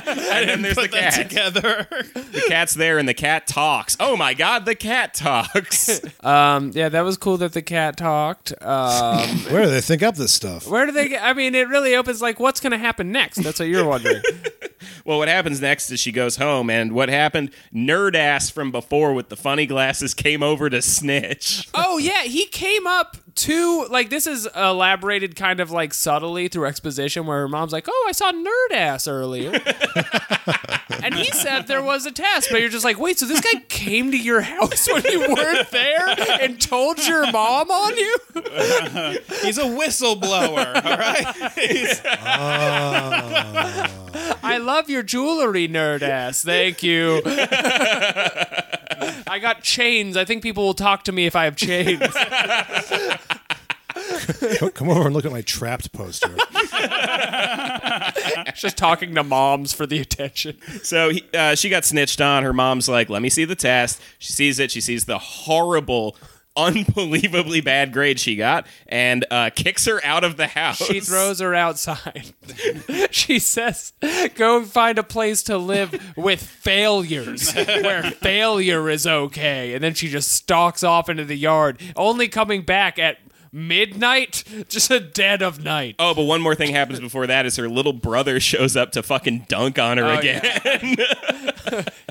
Speaker 2: and then there's the
Speaker 3: Put that
Speaker 2: cat.
Speaker 3: together.
Speaker 2: The cat's there, and the cat talks. Oh my god, the cat talks.
Speaker 1: Um, yeah, that was cool that the cat talked. Um,
Speaker 4: Where do they think up this stuff?
Speaker 1: where do they? Get, I mean, it really opens like, what's going to happen next? That's what you're wondering.
Speaker 2: well, what happens next is she goes home, and what happened? Nerd ass from before with the funny glasses came over to snitch.
Speaker 1: oh yeah, he came up to like this is elaborated kind of like subtly through exposition where her mom's like, "Oh, I saw nerd ass earlier," and he said there was a test, but you're just like, "Wait, so this guy came to your house when you weren't there and told your mom on you?"
Speaker 3: He's a whistleblower. All right. He's-
Speaker 1: I love your jewelry, nerd ass. Thank you. I got chains. I think people will talk to me if I have chains.
Speaker 4: Come- Come over and look at my trapped poster.
Speaker 1: Just talking to moms for the attention.
Speaker 2: So he, uh, she got snitched on. Her mom's like, "Let me see the test." She sees it. She sees the horrible, unbelievably bad grade she got, and uh, kicks her out of the house.
Speaker 1: She throws her outside. she says, Go find a place to live with failures, where failure is okay. And then she just stalks off into the yard, only coming back at midnight, just a dead of night.
Speaker 2: Oh, but one more thing happens before that is her little brother shows up to fucking dunk on her again.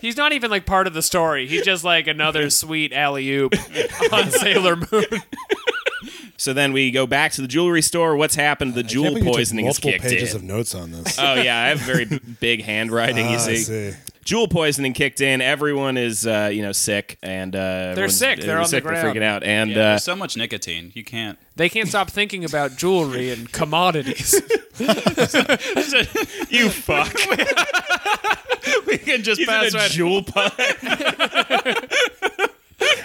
Speaker 1: He's not even like part of the story. He's just like another sweet alley oop on Sailor Moon.
Speaker 2: So then we go back to the jewelry store. What's happened? The
Speaker 4: Can't
Speaker 2: jewel
Speaker 4: believe you took
Speaker 2: poisoning is
Speaker 4: multiple
Speaker 2: kicked
Speaker 4: pages
Speaker 2: in.
Speaker 4: of notes on this.
Speaker 2: oh yeah, I have very b- big handwriting. you
Speaker 4: Ah, I
Speaker 2: see.
Speaker 4: see.
Speaker 2: jewel poisoning kicked in. Everyone is uh, you know sick and uh, everyone's-
Speaker 1: sick. They're on the
Speaker 2: sick. They're
Speaker 1: ground.
Speaker 2: freaking out. And
Speaker 3: Yeah,
Speaker 2: uh,
Speaker 3: there's so much nicotine. You can't.
Speaker 1: They can't stop thinking about jewelry and commodities.
Speaker 2: you fuck.
Speaker 3: We can just
Speaker 2: He's in
Speaker 3: pass
Speaker 2: a
Speaker 3: right.
Speaker 2: jewel pun.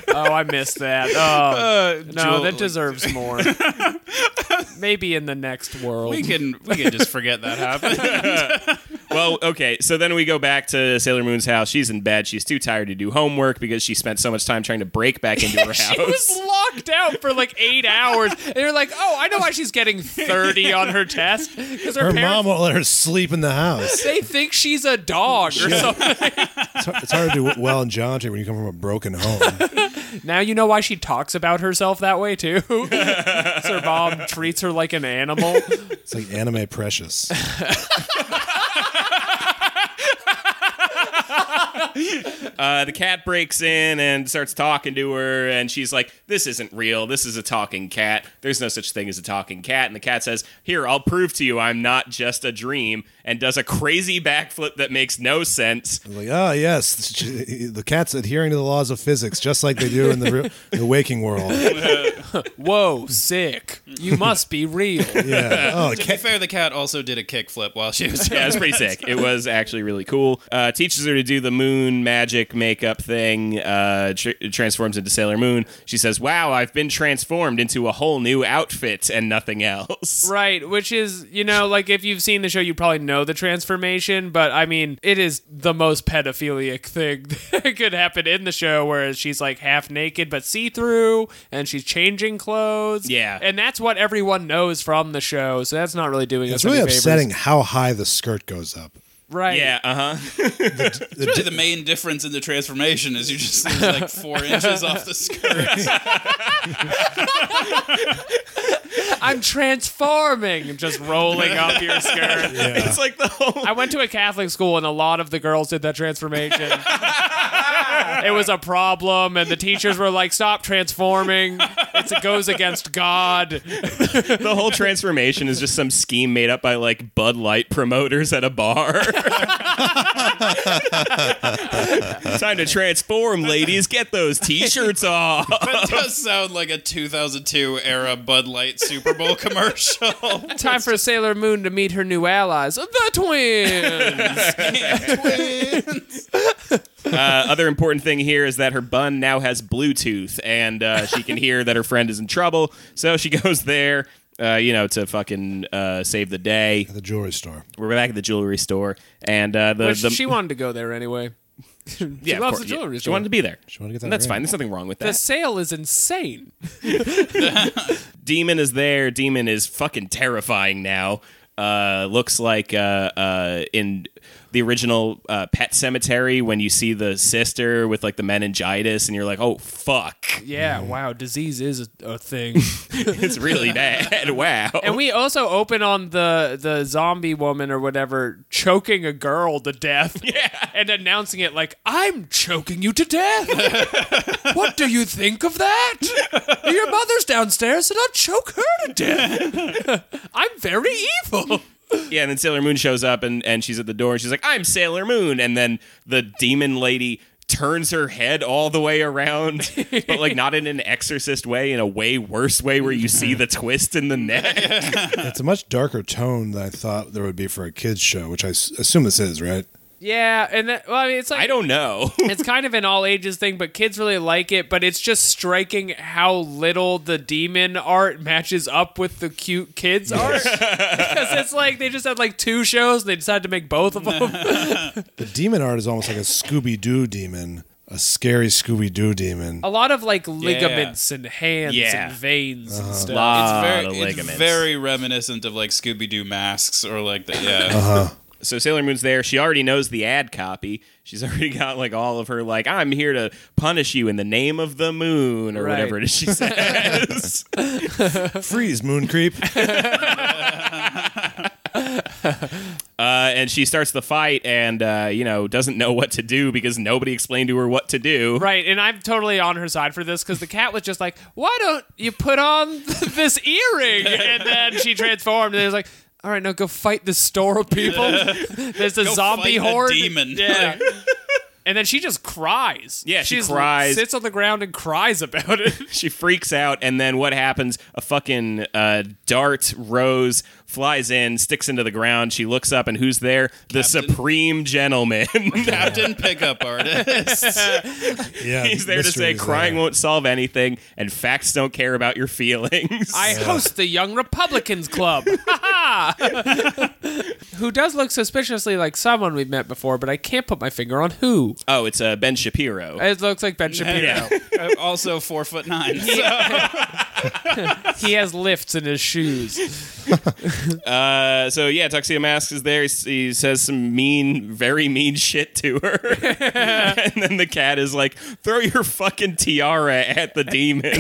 Speaker 1: Oh, I missed that. Oh,
Speaker 3: uh,
Speaker 1: no,
Speaker 3: jewel-
Speaker 1: that deserves more. Maybe in the next world.
Speaker 3: We can we can just forget that happened.
Speaker 2: well, okay. So then we go back to Sailor Moon's house. She's in bed. She's too tired to do homework because she spent so much time trying to break back into her house.
Speaker 1: She was locked out for like eight hours. And you're like, oh, I know why she's getting 30 on her test. Because her,
Speaker 4: Her mom
Speaker 1: parents,
Speaker 4: won't let her sleep in the house.
Speaker 1: they think she's a dog or something.
Speaker 4: It's hard, it's hard to do well in geometry when you come from a broken home.
Speaker 1: Now you know why she talks about herself that way, too. 'Cause her mom treats her like an animal.
Speaker 4: It's like anime precious.
Speaker 2: Uh, the cat breaks in and starts talking to her, and she's like, "This isn't real. This is a talking cat. There's no such thing as a talking cat." And the cat says, "Here, I'll prove to you I'm not just a dream," and does a crazy backflip that makes no sense.
Speaker 4: Like, oh yes, the cat's adhering to the laws of physics, just like they do in the re- the waking world.
Speaker 1: Whoa, sick. You must be real.
Speaker 4: Yeah. Oh, the
Speaker 3: to be
Speaker 4: cat.
Speaker 3: fair, the cat also did a kickflip while she was.
Speaker 2: Yeah, it was pretty sick. It was actually really cool. Uh, teaches her to do the moon magic makeup thing. Uh, tr- transforms into Sailor Moon. She says, "Wow, I've been transformed into a whole new outfit and nothing else."
Speaker 1: Right, which is, you know, like if you've seen the show, you probably know the transformation, but I mean, it is the most pedophilic thing that could happen in the show, whereas she's like half naked but see through and she's changing clothes.
Speaker 2: Yeah.
Speaker 1: And that's what everyone knows from the show, so that's not really doing
Speaker 4: It's
Speaker 1: us
Speaker 4: really
Speaker 1: any favors.
Speaker 4: upsetting how high the skirt goes up.
Speaker 1: Right.
Speaker 2: Yeah, uh huh.
Speaker 3: Really, the main difference in the transformation is you just lose like four inches off the skirt.
Speaker 1: I'm transforming, just rolling up your skirt.
Speaker 2: It's like the whole
Speaker 1: I went to a Catholic school and a lot of the girls did that transformation. it was a problem, and the teachers were like, "Stop transforming! It's, it goes against God."
Speaker 2: The whole transformation is just some scheme made up by like Bud Light promoters at a bar. Time to transform, ladies. Get those t-shirts off.
Speaker 3: that does sound like a 2002 era Bud Light Super Bowl commercial.
Speaker 1: Time for Sailor Moon to meet her new allies, the twins.
Speaker 2: Uh, other important thing here is that her bun now has Bluetooth, and uh, she can hear that her friend is in trouble. So she goes there, uh, you know, to fucking uh, save the day.
Speaker 4: The jewelry store.
Speaker 2: We're back at the jewelry store, and uh, the,
Speaker 1: Which
Speaker 2: the
Speaker 1: she wanted to go there anyway. she
Speaker 2: yeah, of
Speaker 1: loves
Speaker 2: course,
Speaker 1: the
Speaker 2: yeah.
Speaker 1: jewelry
Speaker 2: She
Speaker 1: store.
Speaker 2: wanted to be there.
Speaker 4: wanted to get that
Speaker 2: And that's
Speaker 4: ring.
Speaker 2: fine. There's nothing wrong with that.
Speaker 1: the sale is insane.
Speaker 2: Demon is there. Demon is fucking terrifying now. Uh, looks like uh, uh, in the original uh, Pet Cemetery when you see the sister with like the meningitis, and you're like, oh fuck,
Speaker 1: Yeah, wow, disease is a, a thing.
Speaker 2: it's really bad. Wow.
Speaker 1: And we also open on the the zombie woman or whatever choking a girl to death. Yeah. And announcing it like, I'm choking you to death. what do you think of that? Your mother's downstairs and I'll choke her to death. I'm very evil.
Speaker 2: yeah, and then Sailor Moon shows up, and and she's at the door, and she's like, I'm Sailor Moon, and then the demon lady. Turns her head all the way around, but like not in an exorcist way, in a way worse way where you see the twist in the neck.
Speaker 4: It's a much darker tone than I thought there would be for a kids show, which I s- assume this is, right?
Speaker 1: Yeah, and that, well, I mean, it's like
Speaker 2: I don't know.
Speaker 1: it's kind of an all ages thing, but kids really like it. But it's just striking how little the demon art matches up with the cute kids art. Because it's like they just had like two shows and they decided to make both of them.
Speaker 4: The demon art is almost like a Scooby Doo demon, a scary Scooby Doo demon.
Speaker 1: a lot of like ligaments and hands
Speaker 2: Yeah.
Speaker 1: and veins and stuff.
Speaker 2: Lot
Speaker 3: It's very,
Speaker 2: of
Speaker 3: it's
Speaker 2: ligaments. Uh-huh.
Speaker 3: very reminiscent of like Scooby Doo masks or like the yeah.
Speaker 2: so Sailor Moon's there. She already knows the ad copy. She's already got like all of her like I'm here to punish you in the name of the moon or
Speaker 1: Right.
Speaker 2: whatever it is she says.
Speaker 4: Freeze, moon creep.
Speaker 2: Uh, and she starts the fight and, uh, you know, doesn't know what to do because nobody explained to her what to do.
Speaker 1: Right, and I'm totally on her side for this because the cat was just like, "Why don't you put on this earring?" And then she transformed, and it was like, "All right, now go fight this store of people. There's a
Speaker 3: Go
Speaker 1: zombie
Speaker 3: fight a
Speaker 1: horde,
Speaker 3: demon.
Speaker 1: Yeah. And then she just cries.
Speaker 2: Yeah, she
Speaker 1: just
Speaker 2: cries.
Speaker 1: Sits on the ground and cries about it.
Speaker 2: She freaks out, and then what happens? A fucking uh, dart rose flies in, sticks into the ground. She looks up, and who's there? The supreme gentleman.
Speaker 3: Captain Pickup Artist.
Speaker 4: Yeah,
Speaker 2: He's there to
Speaker 4: mystery
Speaker 2: say
Speaker 4: is
Speaker 2: crying
Speaker 4: there.
Speaker 2: won't solve anything, and facts don't care about your feelings.
Speaker 1: I host the Young Republicans Club. Ha ha! who does look suspiciously like someone we've met before, but I can't put my finger on who.
Speaker 2: oh, it's uh, Ben Shapiro.
Speaker 1: It looks like Ben Shapiro.
Speaker 2: yeah.
Speaker 3: Uh, also four foot nine. So.
Speaker 1: He has lifts in his shoes.
Speaker 2: Uh, so yeah, Tuxedo Mask is there. He, he says some mean, very mean shit to her, and then the cat is like, "Throw your fucking tiara at the demon,"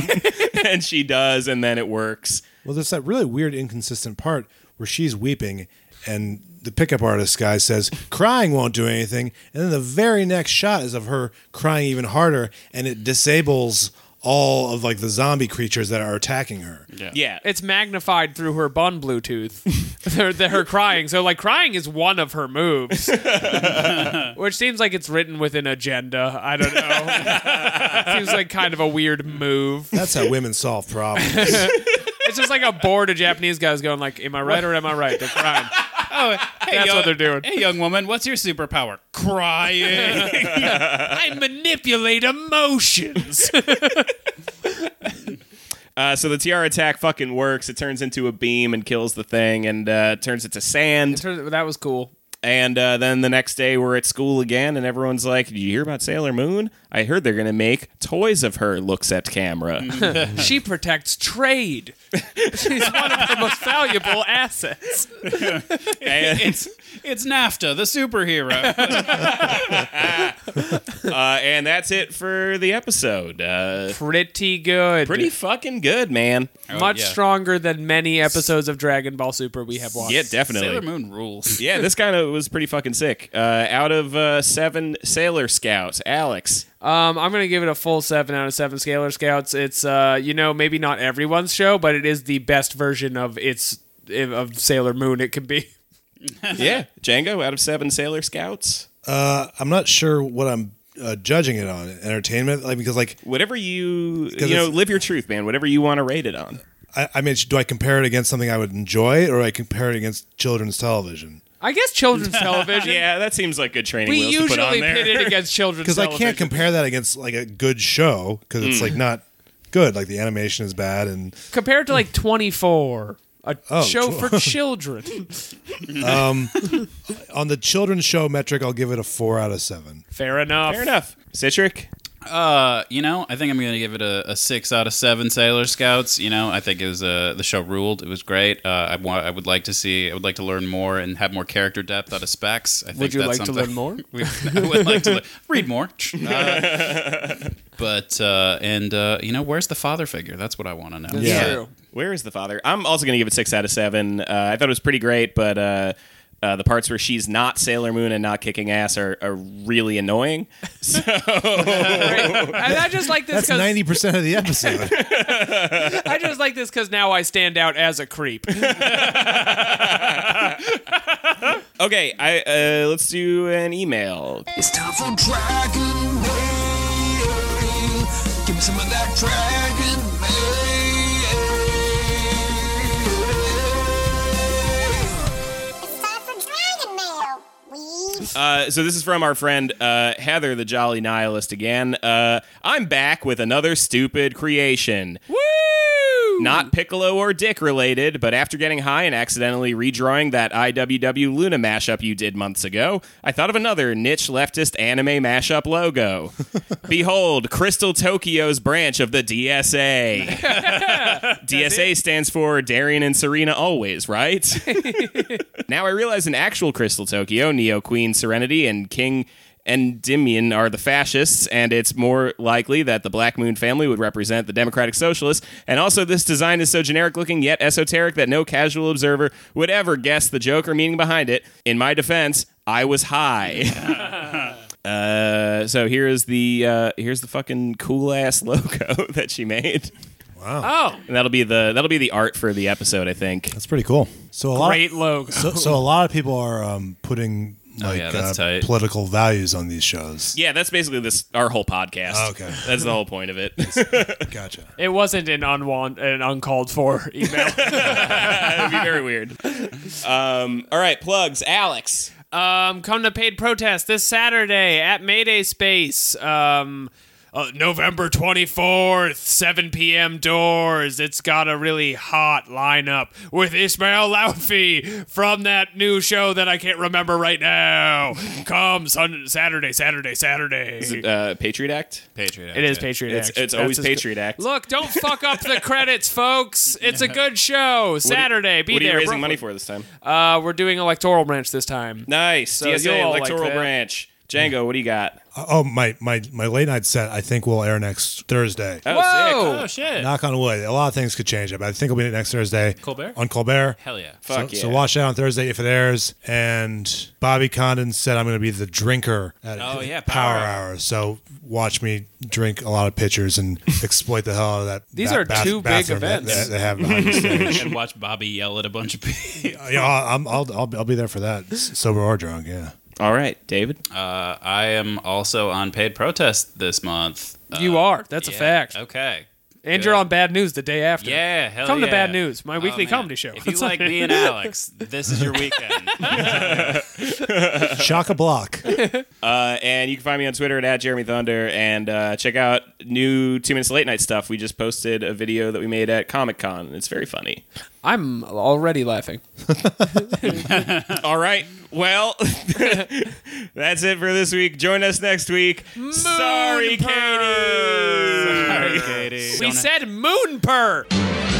Speaker 2: and she does, and then it works.
Speaker 4: Well, there's that really weird, inconsistent part where she's weeping and the pickup artist guy says crying won't do anything and then the very next shot is of her crying even harder and it disables all of like the zombie creatures that are attacking her
Speaker 2: Yeah,
Speaker 1: It's magnified through her bun Bluetooth. her, the- her crying. So, like, crying is one of her moves, which seems like it's written with an agenda. I don't know. seems like kind of a weird move.
Speaker 4: that's how women solve problems
Speaker 1: It's just like a bored of Japanese guys going, like, "Am I right or am I right?" They're crying.
Speaker 3: Oh, hey,
Speaker 1: That's
Speaker 3: yo-
Speaker 1: what they're doing.
Speaker 3: Hey, young woman, what's your superpower? Crying.
Speaker 1: I manipulate emotions.
Speaker 2: Uh, so the tiara attack fucking works. It turns into a beam and kills the thing, and uh, turns it to sand.
Speaker 1: that was cool.
Speaker 2: And uh, then the next day, we're at school again, and everyone's like, "Did you hear about Sailor Moon? I heard they're gonna make toys of her." Looks at camera.
Speaker 1: She protects trade. She's one of her most valuable assets.
Speaker 2: And-
Speaker 3: it's it's NAFTA, the superhero.
Speaker 2: Uh, and that's it for the episode. Uh,
Speaker 1: Pretty good.
Speaker 2: pretty fucking good, man.
Speaker 1: Much
Speaker 3: yeah.
Speaker 1: stronger than many episodes of Dragon Ball Super we have watched.
Speaker 2: Yeah, definitely.
Speaker 3: Sailor Moon rules.
Speaker 2: Yeah, this kind of was pretty fucking sick. Uh, out of uh, seven Sailor Scouts, Alex.
Speaker 1: Um, I'm gonna give it a full seven out of seven Scalar Scouts. It's uh, you know, maybe not everyone's show, but it is the best version of its of Sailor Moon it can be.
Speaker 2: yeah, Django. Out of seven Sailor Scouts,
Speaker 4: i'm not sure what i'm uh, judging it on entertainment like because like
Speaker 2: whatever you you know,
Speaker 4: it's-
Speaker 2: live your truth, man. Whatever you want to rate it on.
Speaker 4: I, I mean do i compare it against something i would enjoy or i compare it against children's television
Speaker 1: I guess children's television.
Speaker 2: Yeah, that seems like good training
Speaker 1: We
Speaker 2: wheels to put on
Speaker 1: usually
Speaker 2: there.
Speaker 1: pit it against children's
Speaker 4: because I can't
Speaker 1: television.
Speaker 4: compare that against like a good show because it's like not good. Like the animation is bad, and
Speaker 1: compared to like 24 a
Speaker 4: Oh,
Speaker 1: show
Speaker 4: sure.
Speaker 1: for children
Speaker 4: on the children's show metric, I'll give it a four out of seven.
Speaker 1: fair enough
Speaker 2: Fair enough. Citric.
Speaker 3: Uh, you know, I think I'm gonna give it a, a six out of seven Sailor Scouts. You know, I think it was uh, the show ruled. It was great. Uh, I want. I would like to see. I would like to learn more and have more character depth out of Specs. I think
Speaker 1: would you
Speaker 3: that's
Speaker 1: like to
Speaker 3: something-
Speaker 1: learn more
Speaker 3: We- I would like to le- read more. Uh, but uh, and uh, you know, where's the father figure? That's what I want to know.
Speaker 1: That's
Speaker 4: Yeah.
Speaker 1: true.
Speaker 2: Where is the father? I'm also going to give it six out of seven. Uh, I thought it was pretty great, but uh, uh, the parts where she's not Sailor Moon and not kicking ass are, are really annoying.
Speaker 1: and i just like this
Speaker 4: That's
Speaker 1: because
Speaker 4: ninety percent of the episode.
Speaker 1: i just like this 'cause now i stand out as a creep
Speaker 2: Okay, I uh, let's do an email.
Speaker 6: It's time for Dragon Mail. Give me some of that Dragon Mail.
Speaker 7: It's time for Dragon Mail. We
Speaker 2: Uh, so this is from our friend uh, Heather, the Jolly Nihilist again. Uh, I'm back with another stupid creation.
Speaker 1: woo
Speaker 2: Not Piccolo or Dick related, but after getting high and accidentally redrawing that IWW Luna mashup you did months ago, I thought of another niche leftist anime mashup logo. Behold, Crystal Tokyo's branch of the DSA. DSA stands for Darian and Serena always, right? now I realize in actual Crystal Tokyo, Neo Queen Serenity and King Endymion are the fascists, and it's more likely that the Black Moon family would represent the Democratic Socialists. And also, this design is so generic looking yet esoteric that no casual observer would ever guess the joke or meaning behind it. In my defense, I was high. Uh, so here is the uh, here's the fucking cool ass logo that she made,
Speaker 1: Oh,
Speaker 2: and that'll be the that'll be the art for the episode, I think.
Speaker 4: That's pretty cool. So a
Speaker 1: great
Speaker 4: lot.
Speaker 1: logo.
Speaker 4: So, so a lot of people are um, putting like
Speaker 3: yeah, that's
Speaker 4: uh,
Speaker 3: tight.
Speaker 4: political values on these shows.
Speaker 2: Yeah, that's basically this our whole
Speaker 1: Oh,
Speaker 2: podcast.
Speaker 4: Okay.
Speaker 2: that's the whole point of it.
Speaker 4: Gotcha.
Speaker 1: It wasn't an unwanted, an uncalled for email.
Speaker 2: That'd be very weird. Um, all right, plugs. Alex.
Speaker 1: um, come to paid protest this Saturday at Mayday Space. Um, uh, November 24th, 7 p.m. doors. It's got a really hot lineup with Ismail Laufey from that new show that I can't remember right now. Come sun- Saturday, Saturday, Saturday. it
Speaker 2: Uh, Patriot Act.
Speaker 3: Patriot. Act,
Speaker 1: is
Speaker 3: yeah.
Speaker 1: Patriot
Speaker 2: It's,
Speaker 1: Act.
Speaker 2: it's
Speaker 1: That's
Speaker 2: always
Speaker 1: as-
Speaker 2: Patriot Act.
Speaker 1: Look, don't fuck up the credits, folks. It's a good show. Saturday, be
Speaker 2: what are
Speaker 1: there.
Speaker 2: you raising
Speaker 1: Brooklyn.
Speaker 2: money for this time?
Speaker 1: Uh, we're doing electoral branch this time.
Speaker 2: Nice. DSA
Speaker 1: you'll like
Speaker 2: Electoral
Speaker 1: that.
Speaker 2: Branch. Django, what do you got?
Speaker 4: Oh my my my late night set. I think will air next Thursday.
Speaker 2: Oh, sick.
Speaker 1: Oh shit!
Speaker 4: Knock on wood. A lot of things could change up. I think it'll be next Thursday.
Speaker 3: Colbert?
Speaker 4: on Colbert.
Speaker 3: Hell yeah.
Speaker 2: Fuck
Speaker 4: so,
Speaker 2: yeah.
Speaker 4: so watch that on Thursday if it airs. And Bobby Condon said I'm going to be the drinker at
Speaker 3: Oh, yeah,
Speaker 4: Power
Speaker 3: Power
Speaker 4: Hour. So watch me drink a lot of pitchers and exploit the hell out of that.
Speaker 1: These
Speaker 4: that
Speaker 1: are two big
Speaker 4: bathroom that-
Speaker 1: events.
Speaker 4: that they have behind the stage.
Speaker 3: and watch Bobby yell at a bunch of people.
Speaker 4: Yeah, I'll, I'm- I'll, I'll, I'll be there for that, s- sober or drunk. Yeah.
Speaker 2: All right, David.
Speaker 3: Uh, I am also on paid protest this month. Uh,
Speaker 1: you are. That's a
Speaker 3: yeah,
Speaker 1: fact.
Speaker 3: Okay.
Speaker 1: And you're on Bad News the day after.
Speaker 3: Yeah, hell
Speaker 1: Come
Speaker 3: yeah.
Speaker 1: to Bad News, my
Speaker 3: Oh,
Speaker 1: weekly
Speaker 3: man.
Speaker 1: comedy show.
Speaker 3: If you like me and Alex, this is your weekend.
Speaker 4: Shock a block.
Speaker 2: Uh, and you can find me on Twitter at, Jeremy Thunder and uh, check out new Two Minutes to Late Night stuff. We just posted a video that we made at Comic Con. It's very funny.
Speaker 1: I'm already laughing.
Speaker 2: All right. Well, that's it for this week. Join us next week. Sorry, Katie.
Speaker 3: Sorry, Katie.
Speaker 1: We
Speaker 3: Don't-
Speaker 1: said moon purr.